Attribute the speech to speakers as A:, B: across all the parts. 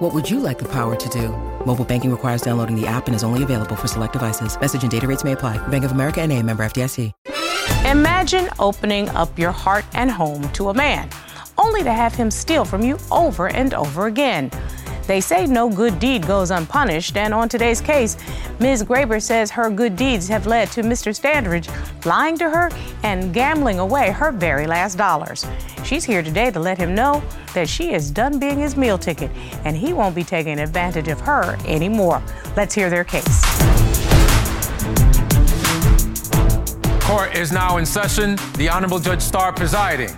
A: What would you like the power to do? Mobile banking requires downloading the app and is only available for select devices. Message and data rates may apply. Bank of America and a member FDIC.
B: Imagine opening up your heart and home to a man, only to have him steal from you over and over again. They say no good deed goes unpunished, and on today's case, Ms. Graber says her good deeds have led to Mr. Standridge lying to her and gambling away her very last dollars. She's here today to let him know that she is done being his meal ticket, and he won't be taking advantage of her anymore. Let's hear their case.
C: Court is now in session. The Honorable Judge Starr presiding.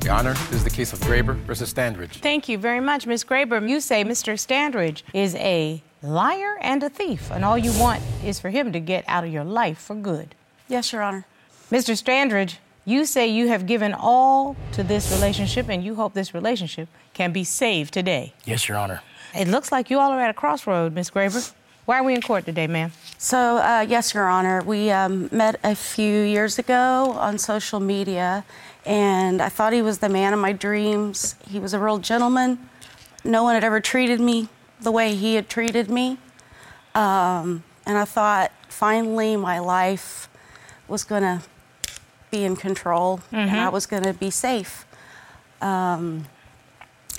C: The honor is the case of Graber versus Standridge.
B: Thank you very much, Ms. Graber. You say Mr. Standridge is a liar and a thief, and all you want is for him to get out of your life for good.
D: Yes, Your Honor.
B: Mr. Standridge, you say you have given all to this relationship, and you hope this relationship can be saved today.
E: Yes, Your Honor.
B: It looks like you all are at a crossroad, Ms. Graber. Why are we in court today, ma'am?
D: So, uh, yes, Your Honor, we um, met a few years ago on social media, and I thought he was the man of my dreams. He was a real gentleman. No one had ever treated me the way he had treated me. Um, and I thought finally my life was going to be in control and I was going to be safe. Um,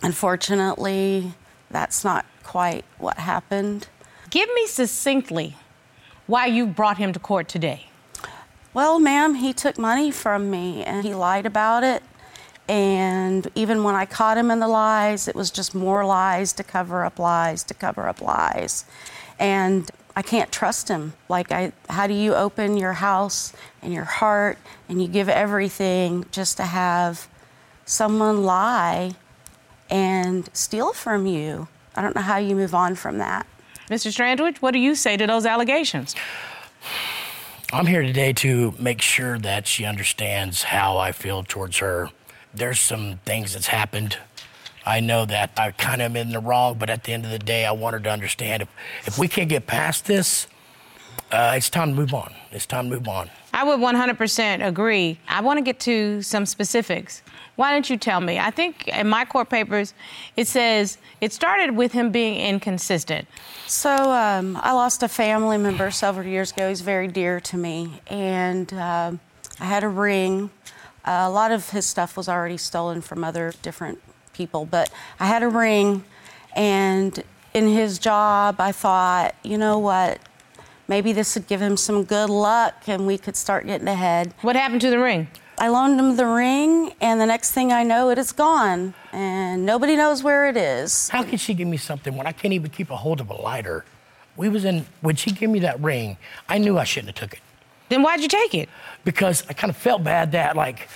D: unfortunately, that's not quite what happened.
B: Give me succinctly why you brought him to court today.
D: Well, ma'am, he took money from me and he lied about it. And even when I caught him in the lies, it was just more lies to cover up lies to cover up lies. And I can't trust him. Like, I, how do you open your house and your heart and you give everything just to have someone lie and steal from you? I don't know how you move on from that.
B: Mr. Strandwich, what do you say to those allegations?
E: I'm here today to make sure that she understands how I feel towards her. There's some things that's happened. I know that I kind of am in the wrong, but at the end of the day, I want her to understand if, if we can't get past this, uh, it's time to move on. It's time to move on.
B: I would 100% agree. I want to get to some specifics. Why don't you tell me? I think in my court papers, it says it started with him being inconsistent.
D: So um, I lost a family member several years ago. He's very dear to me, and um I had a ring. Uh, a lot of his stuff was already stolen from other different people, but I had a ring, and in his job, I thought, you know what? Maybe this would give him some good luck, and we could start getting ahead.
B: What happened to the ring?
D: I loaned him the ring, and the next thing I know, it is gone, and nobody knows where it is.
E: How can she give me something when I can't even keep a hold of a lighter? We was in when she gave me that ring, I knew I shouldn't have took it.
B: Then why'd you take it?
E: because I kind of felt bad that like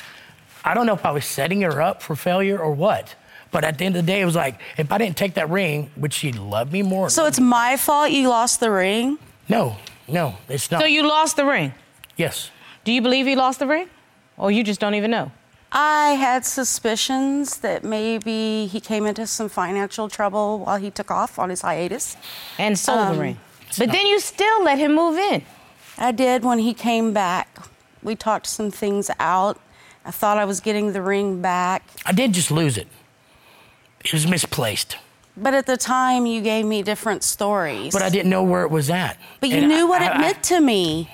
E: I don't know if I was setting her up for failure or what. But at the end of the day, it was like if I didn't take that ring, would she love me more?
D: So it's my fault you lost the ring?
E: no, no, it's not.
B: So you lost the ring.
E: yes,
B: Do you believe he lost the ring? Or you just don't even know?
D: I had suspicions that maybe he came into some financial trouble while he took off on his hiatus.
B: And sold the
D: Um,
B: ring. But then you still let him move in.
D: I did when he came back. We talked some things out. I thought I was getting the ring back.
E: I did just lose it. It was misplaced,
D: But at the time, you gave me different stories.
E: but I didn't know where it was at.
D: But you
E: And
D: knew what
E: I-
D: it
E: I-
D: meant to me.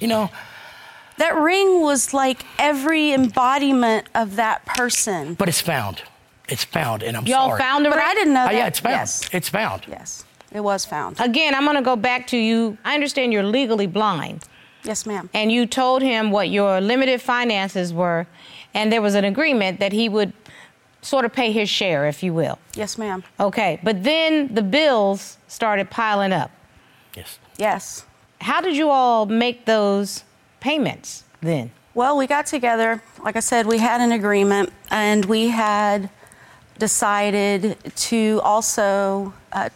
E: you know,
D: That ring was like every embodiment of that person.
E: but it's found. It's found, and I'm
B: Y'all
E: sorry.
B: found the
D: But
B: ring.
D: I didn't know
E: Oh,
D: that.
E: yeah, it's found.
D: Yes.
E: It's found.
D: yes. It was found.
B: Again, I'm going to go back to you. I understand you're legally blind,
D: Yes, ma'am.
B: and you told him what your limited finances were, and there was an agreement that he would sort of pay his share, if you will.
D: Yes, ma'am.
B: Okay, but then the bills started piling up.
E: Yes.
D: Yes.
B: How did you all make those payments then?
D: Well, we got together. Like I said, we had an agreement, and we had decided to also uh,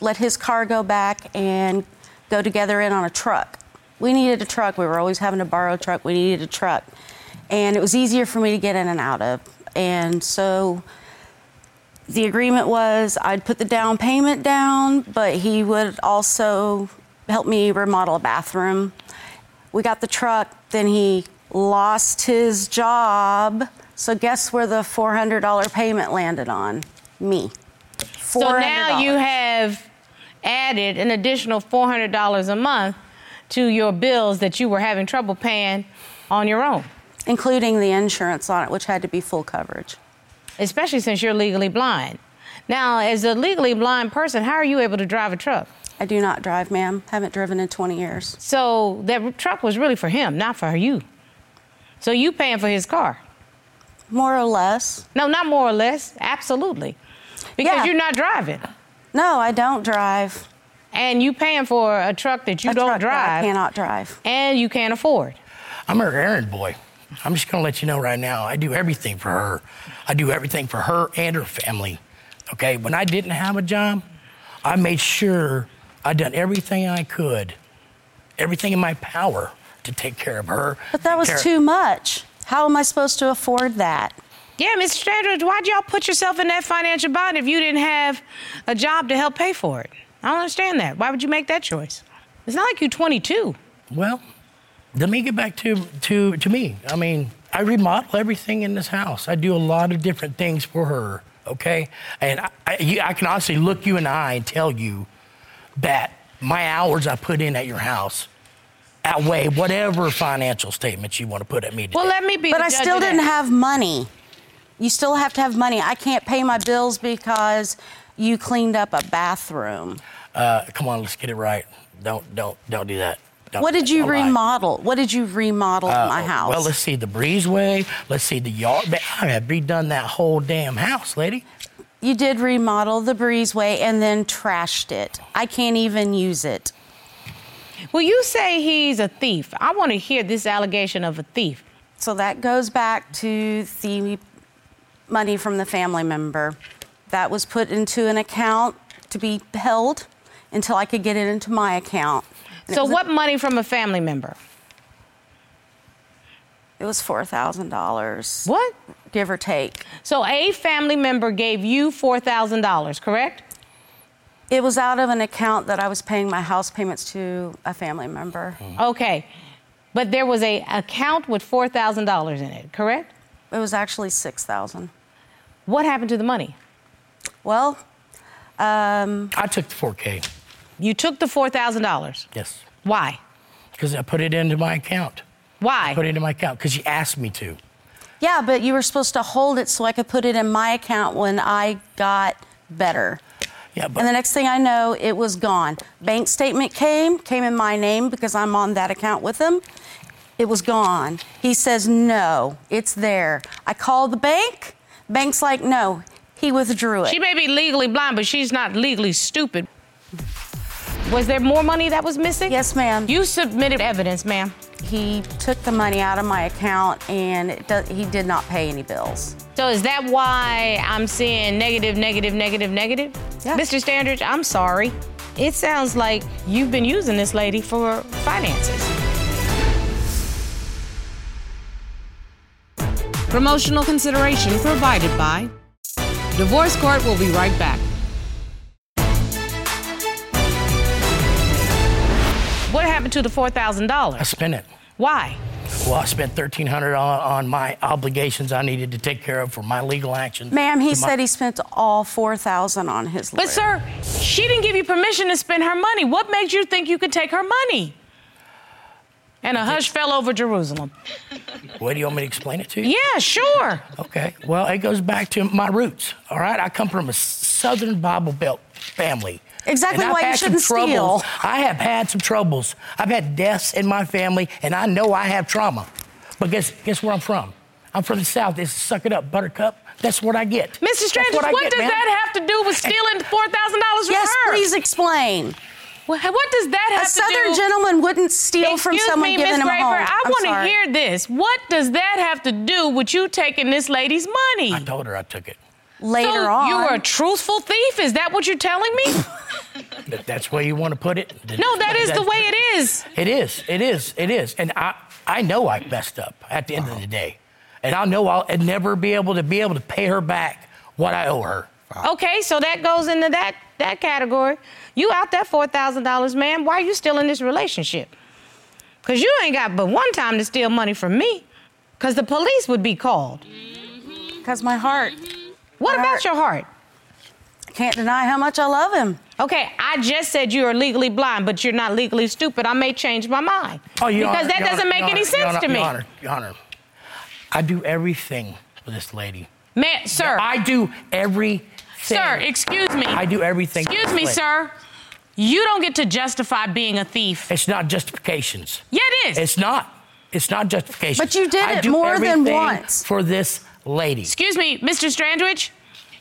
D: let his car go back and go together in on a truck. We needed a truck. We were always having to borrow a truck. We needed a truck. And it was easier for me to get in and out of. And so the agreement was I'd put the down payment down, but he would also help me remodel a bathroom. We got the truck, then he lost his job. So guess where the $400 payment landed on? Me.
B: So now you
D: $400.
B: have added an additional $400 a month to your bills that you were having trouble paying on your own,
D: including the insurance on it, which had to be full coverage.
B: especially since you're legally blind. Now, as a legally blind person, how are you able to drive a truck?
D: I do not drive, ma'am. Haven't driven in 20 years.
B: So that truck was really for him, not for you. So you paying for his car.
D: More or less.
B: No, not more or less. Absolutely. Because
D: Yeah.
B: you're not driving.
D: No, I don't drive.
B: And you paying for a truck that you
D: A
B: don't
D: truck that
B: drive
D: I cannot drive.
B: and you can't afford.
E: I'm her errand boy. I'm just gonna let you know right now. I do everything for her. I do everything for her and her family. Okay. When I didn't have a job, I made sure I done everything I could, everything in my power to take care of her.
D: But that was
E: take care-
D: too much. How am I supposed to afford that?
B: Yeah, Mr. Sanders, why'd y'all put yourself in that financial bind if you didn't have a job to help pay for it? I don't understand that. Why would you make that choice? It's not like you're 22.
E: Well, let me get back to to to me. I mean, I remodel everything in this house. I do a lot of different things for her. Okay, and I, I, you, I can honestly look you in the eye and tell you that my hours I put in at your house outweigh whatever financial statements you want to put at me. Today.
B: Well, let me be.
D: But
B: the
D: I
B: judge
D: still
B: of that.
D: didn't have money. You still have to have money. I can't pay my bills because you cleaned up a bathroom.
E: uh, come on, let's get it right. Don't don't don't do that. Don't
D: What
E: do
D: did
E: that.
D: you
E: Don't lie. Uh,
D: remodel? What did you remodel in my house?
E: Well, let's see the breezeway. Let's see the yard. Man, I have redone that whole damn house, lady.
D: you did remodel the breezeway and then trashed it. I can't even use it.
B: Well, you say he's a thief. I want to hear this allegation of a thief.
D: So that goes back to the money from the family member. That was put into an account to be held until I could get it into my account. And it
B: So,
D: was a-
B: what money from a family member?
D: it was four thousand dollars,
B: What?
D: give or take.
B: So, a family member gave you $4,000, correct?
D: It was out of an account that I was paying my house payments to a family member.
B: Mm-hmm. Okay. But there was a account with $4,000 in it, correct?
D: It was actually six thousand.
B: What happened to the money?
D: Well, um,
E: I took the 4K.
B: You took the $4,000.
E: Yes.
B: Why?
E: Because I put it into my account.
B: Why?
E: Put it into my account because you asked me to.
D: yeah, but you were supposed to hold it so I could put it in my account when I got better.
E: Yeah, but
D: And the next thing I know, it was gone. Bank statement came, came in my name because I'm on that account with him. It was gone. He says, no, it's there. I call the bank. Bank's like, no, he withdrew it.
B: She may be legally blind, but she's not legally stupid. Was there more money that was missing?
D: yes, ma'am.
B: You submitted evidence, ma'am.
D: he took the money out of my account and it do- he did not pay any bills.
B: So is that why I'm seeing negative, negative, negative, negative?
D: Yeah.
B: Mr. Standridge, I'm sorry. It sounds like you've been using this lady for finances.
F: Promotional consideration provided by Divorce Court will be right back.
B: What happened to the
E: I
B: $4,000?
E: spent it.
B: Why?
E: Well, I spent thirteen hundred on, on my obligations I needed to take care of for my legal actions.
D: Ma'am, he
E: to my-
D: said he spent all 4000 on his lawyer.
B: But, sir, she didn't give you permission to spend her money. What makes you think you could take her money? And a hush fell over Jerusalem.
E: What do you want me to explain it to you?
B: Yeah, sure.
E: Okay. Well, it goes back to my roots. All right. I come from a Southern Bible Belt family.
D: Exactly
E: And I've
D: why you
E: had some
D: shouldn't
E: troubles.
D: steal.
E: I have had some troubles. I've had deaths in my family, and I know I have trauma. But guess guess where I'm from? I'm from the South. It's suck it up, Buttercup. That's what I get.
B: Mr.
E: That's
B: Strange, what,
E: I get,
B: does
E: man.
B: that have to do with stealing $4,000 from
D: yes,
B: her?
D: please explain.
B: Well, What does that have
D: A southern
B: to do?
D: gentleman wouldn't steal from
B: Excuse
D: someone
B: me,
D: giving
B: Ms.
D: him
B: Graper,
D: a home.
B: I
D: I'm
B: want to
D: sorry.
B: hear this. What does that have to do with you taking this lady's money?
E: I told her I took it.
D: later
B: so
D: on.
B: you were a truthful thief? Is that what you're telling me?
E: If that's the way you want to put it. then
B: No, that is the
E: that's-
B: way it is.
E: It is. It is. It is. And I, I know I messed up at the end of the day, and I know I'll never be able to be able to pay her back what I owe her.
B: Okay, so that goes into that that category. You out that four thousand dollars, man? Why are you still in this relationship? Cause you ain't got but one time to steal money from me. Cause the police would be called.
D: Because my heart
B: What
D: My
B: about
D: heart.
B: your heart?
D: can't deny how much I love him.
B: Okay, I just said you are legally blind, but you're not legally stupid. I may change my mind.
E: Oh, Your
B: because
E: Honor,
B: that
E: Your
B: doesn't
E: Honor,
B: make
E: Your
B: any
E: Honor,
B: sense
E: Your
B: to me.
E: Honor, Your Honor, Your Honor, I do everything for this lady.
B: Man, sir,
E: I do everything.
B: sir, excuse me.
E: I do everything. for
B: Excuse
E: this
B: me,
E: lady.
B: sir. You don't get to justify being a thief.
E: It's not justifications.
B: Yeah, it is.
E: It's not. It's not justifications.
D: But you did
E: I
D: it
E: do
D: more than
E: everything
D: once.
E: for this lady.
B: Excuse me, Mr. Strandwich,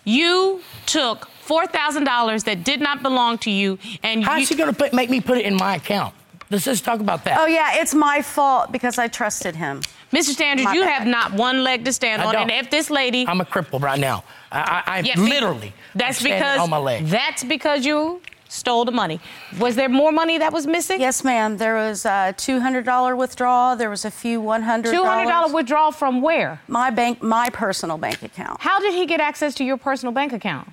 B: you took $4,000 that did not belong to you and
E: How's
B: you,
E: she gonna put, make me put it in my account? Let's just talk about that.
D: Oh, yeah, it's my fault because I trusted him.
B: Mr. Strandwich,
D: My
B: you
D: bad.
B: have not one leg to stand
E: I
B: on. And
E: don't.
B: if this lady
E: I'm a cripple right now. I, I, I
B: Yeah,
E: literally.
B: that's
E: I'm standing
B: because
E: on my leg.
B: that's because you stole the money. Was there more money that was missing?
D: Yes, ma'am. There was a $200 withdrawal. There was a few $100.
B: $200 withdrawal from where?
D: My bank, my personal bank account.
B: How did he get access to your personal bank account?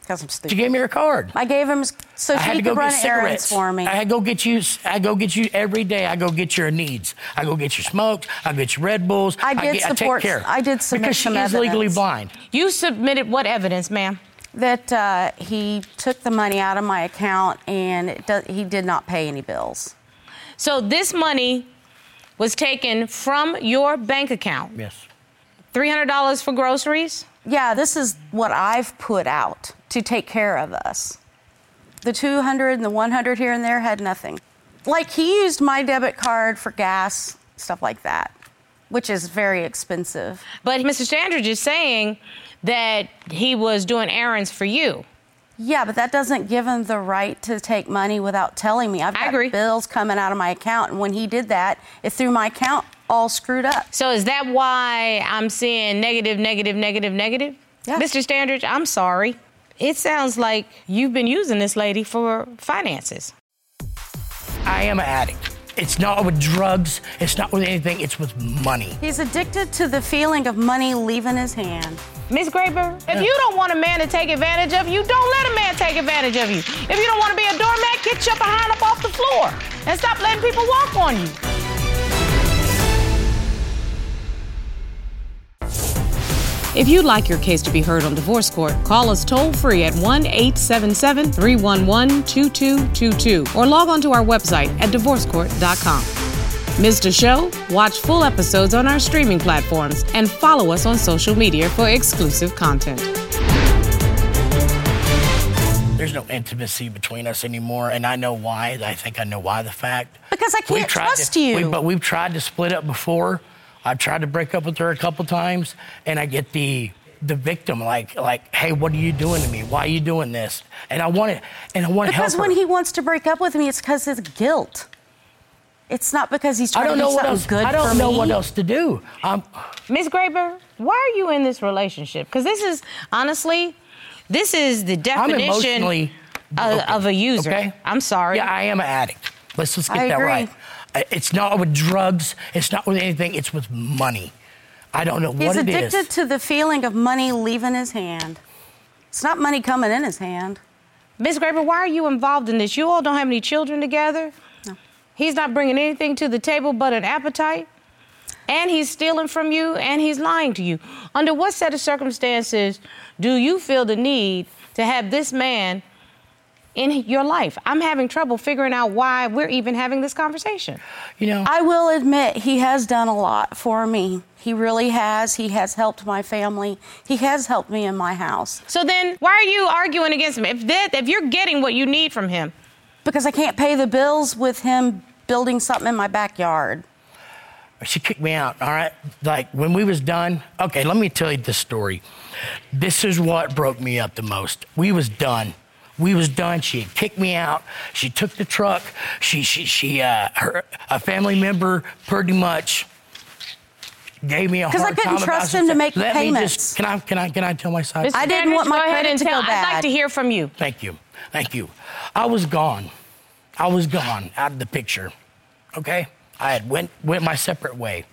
D: Because I'm
E: she
D: stupid.
E: gave me her card.
D: I gave him s- so
E: I had
D: she
E: to go
D: could run
E: get
D: errands
E: cigarettes
D: for me.
E: I had to go get you. I go get you every day. I go get your needs. I go get your smokes. I get your Red Bulls.
D: I did
E: get,
D: support-
E: I take care.
D: I did submit
E: because she
D: some
E: is legally
D: evidence.
E: blind.
B: You submitted what evidence, ma'am?
D: that uh, he took the money out of my account and it do- he did not pay any bills.
B: So this money was taken from your bank account.
E: Yes.
B: $300 for groceries?
D: Yeah, this is what I've put out to take care of us. The 200 and the 100 here and there had nothing. Like he used my debit card for gas, stuff like that, which is very expensive.
B: But Mr. Standridge is saying that he was doing errands for you.
D: Yeah, but that doesn't give him the right to take money without telling me. I've
B: I
D: got
B: agree.
D: bills coming out of my account, and when he did that, it threw my account all screwed up.
B: So is that why I'm seeing negative, negative, negative, negative?
D: Yeah.
B: Mr. Standridge, I'm sorry. It sounds like you've been using this lady for finances.
E: I am an addict. It's not with drugs. It's not with anything. It's with money.
D: He's addicted to the feeling of money leaving his hand.
B: Ms. Graber, if you don't want a man to take advantage of you, don't let a man take advantage of you. If you don't want to be a doormat, get your behind up off the floor and stop letting people walk on you.
F: If you'd like your case to be heard on divorce court, call us toll free at 1 877 311 2222 or log on to our website at divorcecourt.com. Missed a show? Watch full episodes on our streaming platforms and follow us on social media for exclusive content.
E: There's no intimacy between us anymore, and I know why. I think I know why. The fact
D: Because I
E: We've
D: can't
E: tried
D: trust
E: to-
D: you.
E: we- but we've tried to split up before. I've tried to break up with her a couple times, and I get the the victim like like, hey, what are you doing to me? Why are you doing this? And I want to and I want to help
D: because when
E: her.
D: he wants to break up with me, it's because it's guilt. It's not because he's
E: I
D: trying
E: don't
D: to
E: know
D: do
E: what
D: something
E: else.
D: good
E: I don't
D: for
E: know
D: me.
E: what else to do. Um,
B: Ms. Graber, why are you in this relationship? Because this is honestly, this is the
E: I'm
B: definition
E: emotionally
B: of,
E: broken,
B: of a user.
E: Okay,
B: I'm sorry.
E: Yeah, I am an addict. Let's just get
D: I
E: that
D: agree.
E: right. I- It's not with drugs. It's not with anything. It's with money. I don't know
D: He's
E: what it is.
D: addicted to the feeling of money leaving his hand. It's not money coming in his hand.
B: Ms. Graber, why are you involved in this? You all don't have any children together.
D: No.
B: He's not bringing anything to the table but an appetite. And he's stealing from you and he's lying to you. Under what set of circumstances do you feel the need to have this man in your life? I'm having trouble figuring out why we're even having this conversation.
E: You know,
D: I will admit he has done a lot for me. He really has. He has helped my family. He has helped me in my house
B: So then, why are you arguing against him? If that, if you're getting what you need from him,
D: because I can't pay the bills with him building something in my backyard.
E: she kicked me out. All right, like when we was done. Okay, let me tell you this story. This is what broke me up the most. We was done. We was done. She had kicked me out. She took the truck. She she she uh, her a family member pretty much gave me a hard
D: 'Cause I
E: time.
D: couldn't
E: about
D: trust
E: some
D: him to
E: stuff.
D: make
E: Let me
D: payments.
E: just, can I can I can I tell my side?
B: Mr.
D: I didn't want
B: Sandridge,
D: my
B: go ahead
D: credit
B: and
D: to go
B: tell. I'd like
D: bad.
B: to hear from you.
E: Thank you. Thank you. I was gone. I was gone out of the picture. Okay? I had went went my separate way.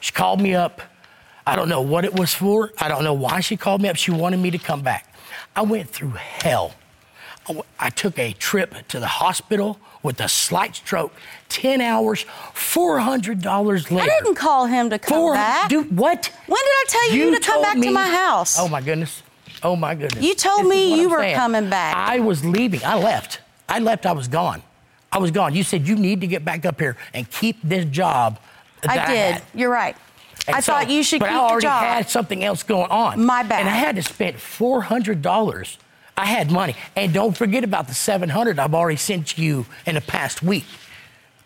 E: She called me up. I don't know what it was for. I don't know why she called me up. She wanted me to come back. I went through hell. I w- I took a trip to the hospital with a slight stroke, 10 hours, $400 later.
D: I didn't call him to come
E: Four-
D: back.
E: Dude, what?
D: When did I tell you to come
E: told
D: back to my house?
E: Oh my goodness. Oh my goodness.
D: You told
E: This is
D: me
E: what
D: you
E: I'm
D: were
E: saying.
D: coming back.
E: I was leaving. I left. I left. I was gone. I was gone. You said you need to get back up here and keep this job.
D: I
E: that
D: did.
E: had."
D: You're right.
E: And
D: I
E: so-
D: thought you should
E: but
D: keep
E: I
D: the
E: already
D: job.
E: had something else going on.
D: My bad.
E: And I had to spend four hundred dollars. I had money, and don't forget about the seven hundred I've already sent you in the past week.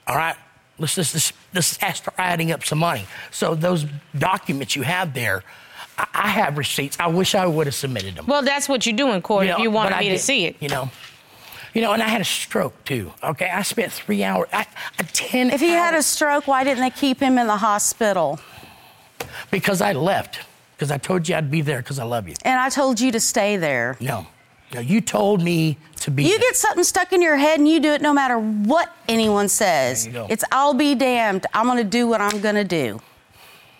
E: All right, let's just let's, let's start adding up some money. So those documents you have there, I, I have receipts. I wish I would have submitted them.
B: Well, that's what you're doing, Corey,
E: know,
B: if you
E: but
B: wanted
E: I
B: me to
E: did,
B: see it.
E: You know. You know, and I had a stroke too. Okay, I spent three hours, I, I ten.
D: If he had a
E: hours-
D: stroke, why didn't they keep him in the hospital?
E: because I left, because I told you I'd be there, because I love you.
D: And I told you to stay there.
E: No. No, you told me to be.
D: You
E: there.
D: get something stuck in your head and you do it no matter what anyone says.
E: There you go.
D: It's I'll be damned. I'm going to do what I'm going to do.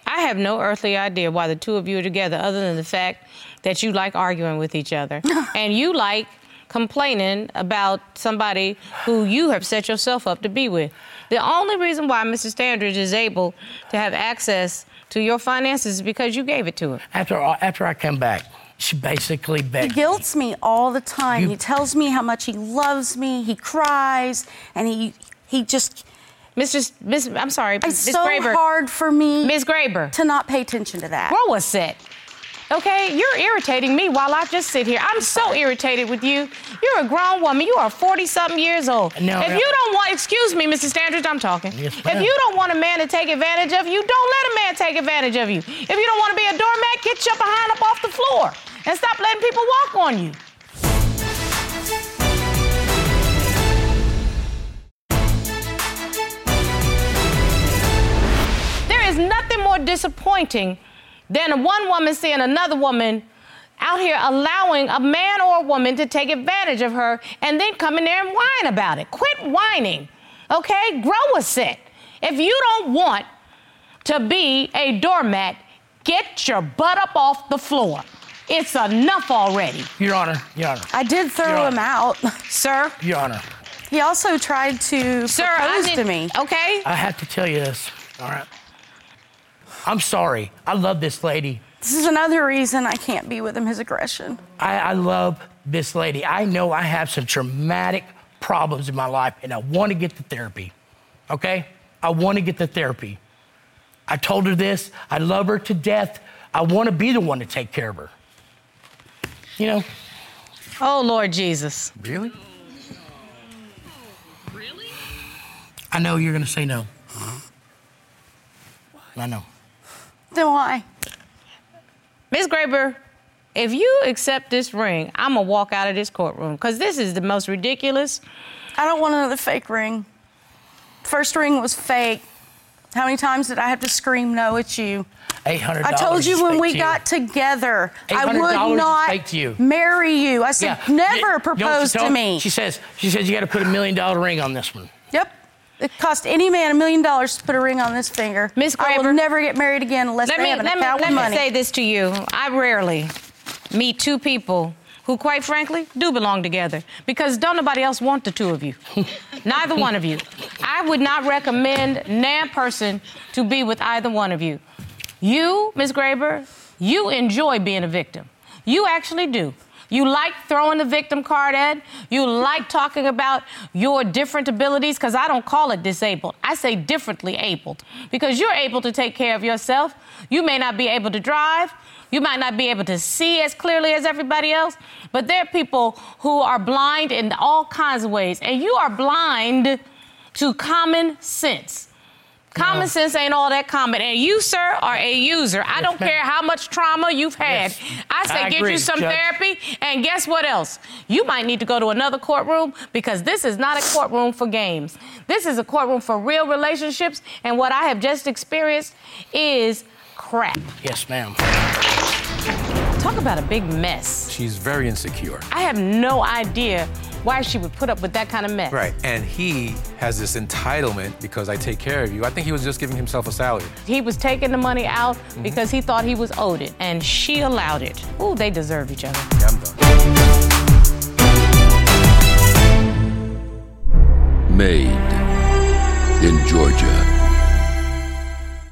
B: I have no earthly idea why the two of you are together other than the fact that you like arguing with each other. and you like complaining about somebody who you have set yourself up to be with. The only reason why Mr. Standridge is able to have access to your finances is because you gave it to him.
E: after all- after I come back. She basically
D: He
E: begged. me.
D: guilts me all the time.
E: You-
D: he tells me how much he loves me. He cries and he he just
B: Mr. S- Miss, I'm sorry,
D: it's
B: Miss
D: so
B: Graber.
D: hard for me
B: Miss Graber.
D: to not pay attention to that.
B: Grow a set. Okay, you're irritating me while I just sit here. I'm so irritated with you. You're a grown woman. You are 40 something years old.
E: No,
B: if
E: no.
B: you don't want, excuse me, Mrs. Standridge, I'm talking.
E: Yes,
B: if
E: ma'am.
B: you don't want a man to take advantage of you, don't let a man take advantage of you. If you don't want to be a doormat, get your behind up off the floor and stop letting people walk on you. There is nothing more disappointing than one woman seeing another woman out here allowing a man or a woman to take advantage of her and then come in there and whine about it. Quit whining, okay? Grow a set. If you don't want to be a doormat, get your butt up off the floor. It's enough already.
E: Your Honor, Your Honor,
D: I did throw
E: You're-
D: him out.
B: Sir,
E: Your Honor.
D: He also tried to
B: sir,
D: propose
B: I
D: to
B: did-
D: me.
B: Okay?
E: I have to tell you this. All right. I'm sorry. I love this lady.
D: This is another reason I can't be with him. His aggression.
E: I, I love this lady. I know I have some traumatic problems in my life, and I want to get the therapy. Okay? I want to get the therapy. I told her this. I love her to death. I want to be the one to take care of her. You know?
B: Oh, Lord Jesus.
E: Really? Really? I know you're going to say no. I know.
D: Then why?
B: Ms. Graber, if you accept this ring, I'm gonna walk out of this courtroom because this is the most ridiculous.
D: I don't want another fake ring. First ring was fake. How many times did I have to scream no at you?
E: $800.
D: I told
E: is
D: you when
E: fake
D: we
E: to
D: got together, I
E: $800
D: would
E: is
D: not
E: fake to you.
D: marry you. I said,
E: Yeah.
D: never
E: Don't you
D: propose
E: tell-
D: to me.
E: She says, she says you got to put a million dollar ring on this one.
D: Yep. It cost any man a million dollars to put a ring on this finger.
B: Miss
D: I will
B: Graber.
D: never get married again unless
B: Let
D: they
B: me
D: have an
B: let me
D: account
B: let
D: with money.
B: me say this to you. I rarely meet two people who, quite frankly, do belong together because don't nobody else want the two of you. Neither one of you. I would not recommend nan person to be with either one of you. You, Ms. Graber, you enjoy being a victim. You actually do. You like throwing the victim card at. You like talking about your different abilities, because I don't call it disabled. I say differently abled, because you're able to take care of yourself. You may not be able to drive. You might not be able to see as clearly as everybody else, but there are people who are blind in all kinds of ways, and you are blind to common sense. Common sense ain't all that common. And you, sir, are a user. I don't
E: ma'am.
B: care how much trauma you've had.
E: Yes.
B: I say
E: I
B: get
E: agree,
B: you some
E: Judge.
B: therapy. And guess what else? You might need to go to another courtroom because this is not a courtroom for games. This is a courtroom for real relationships. And what I have just experienced is crap.
E: Yes, ma'am.
B: Talk about a big mess.
C: She's very insecure.
B: I have no idea why she would put up with that kind of mess.
C: Right. And he has this entitlement because I take care of you. I think he was just giving himself a salary.
B: He was taking the money out because he thought he was owed it, and she allowed it. Ooh, they deserve each other.
C: Yeah, I'm done.
G: Made in Georgia.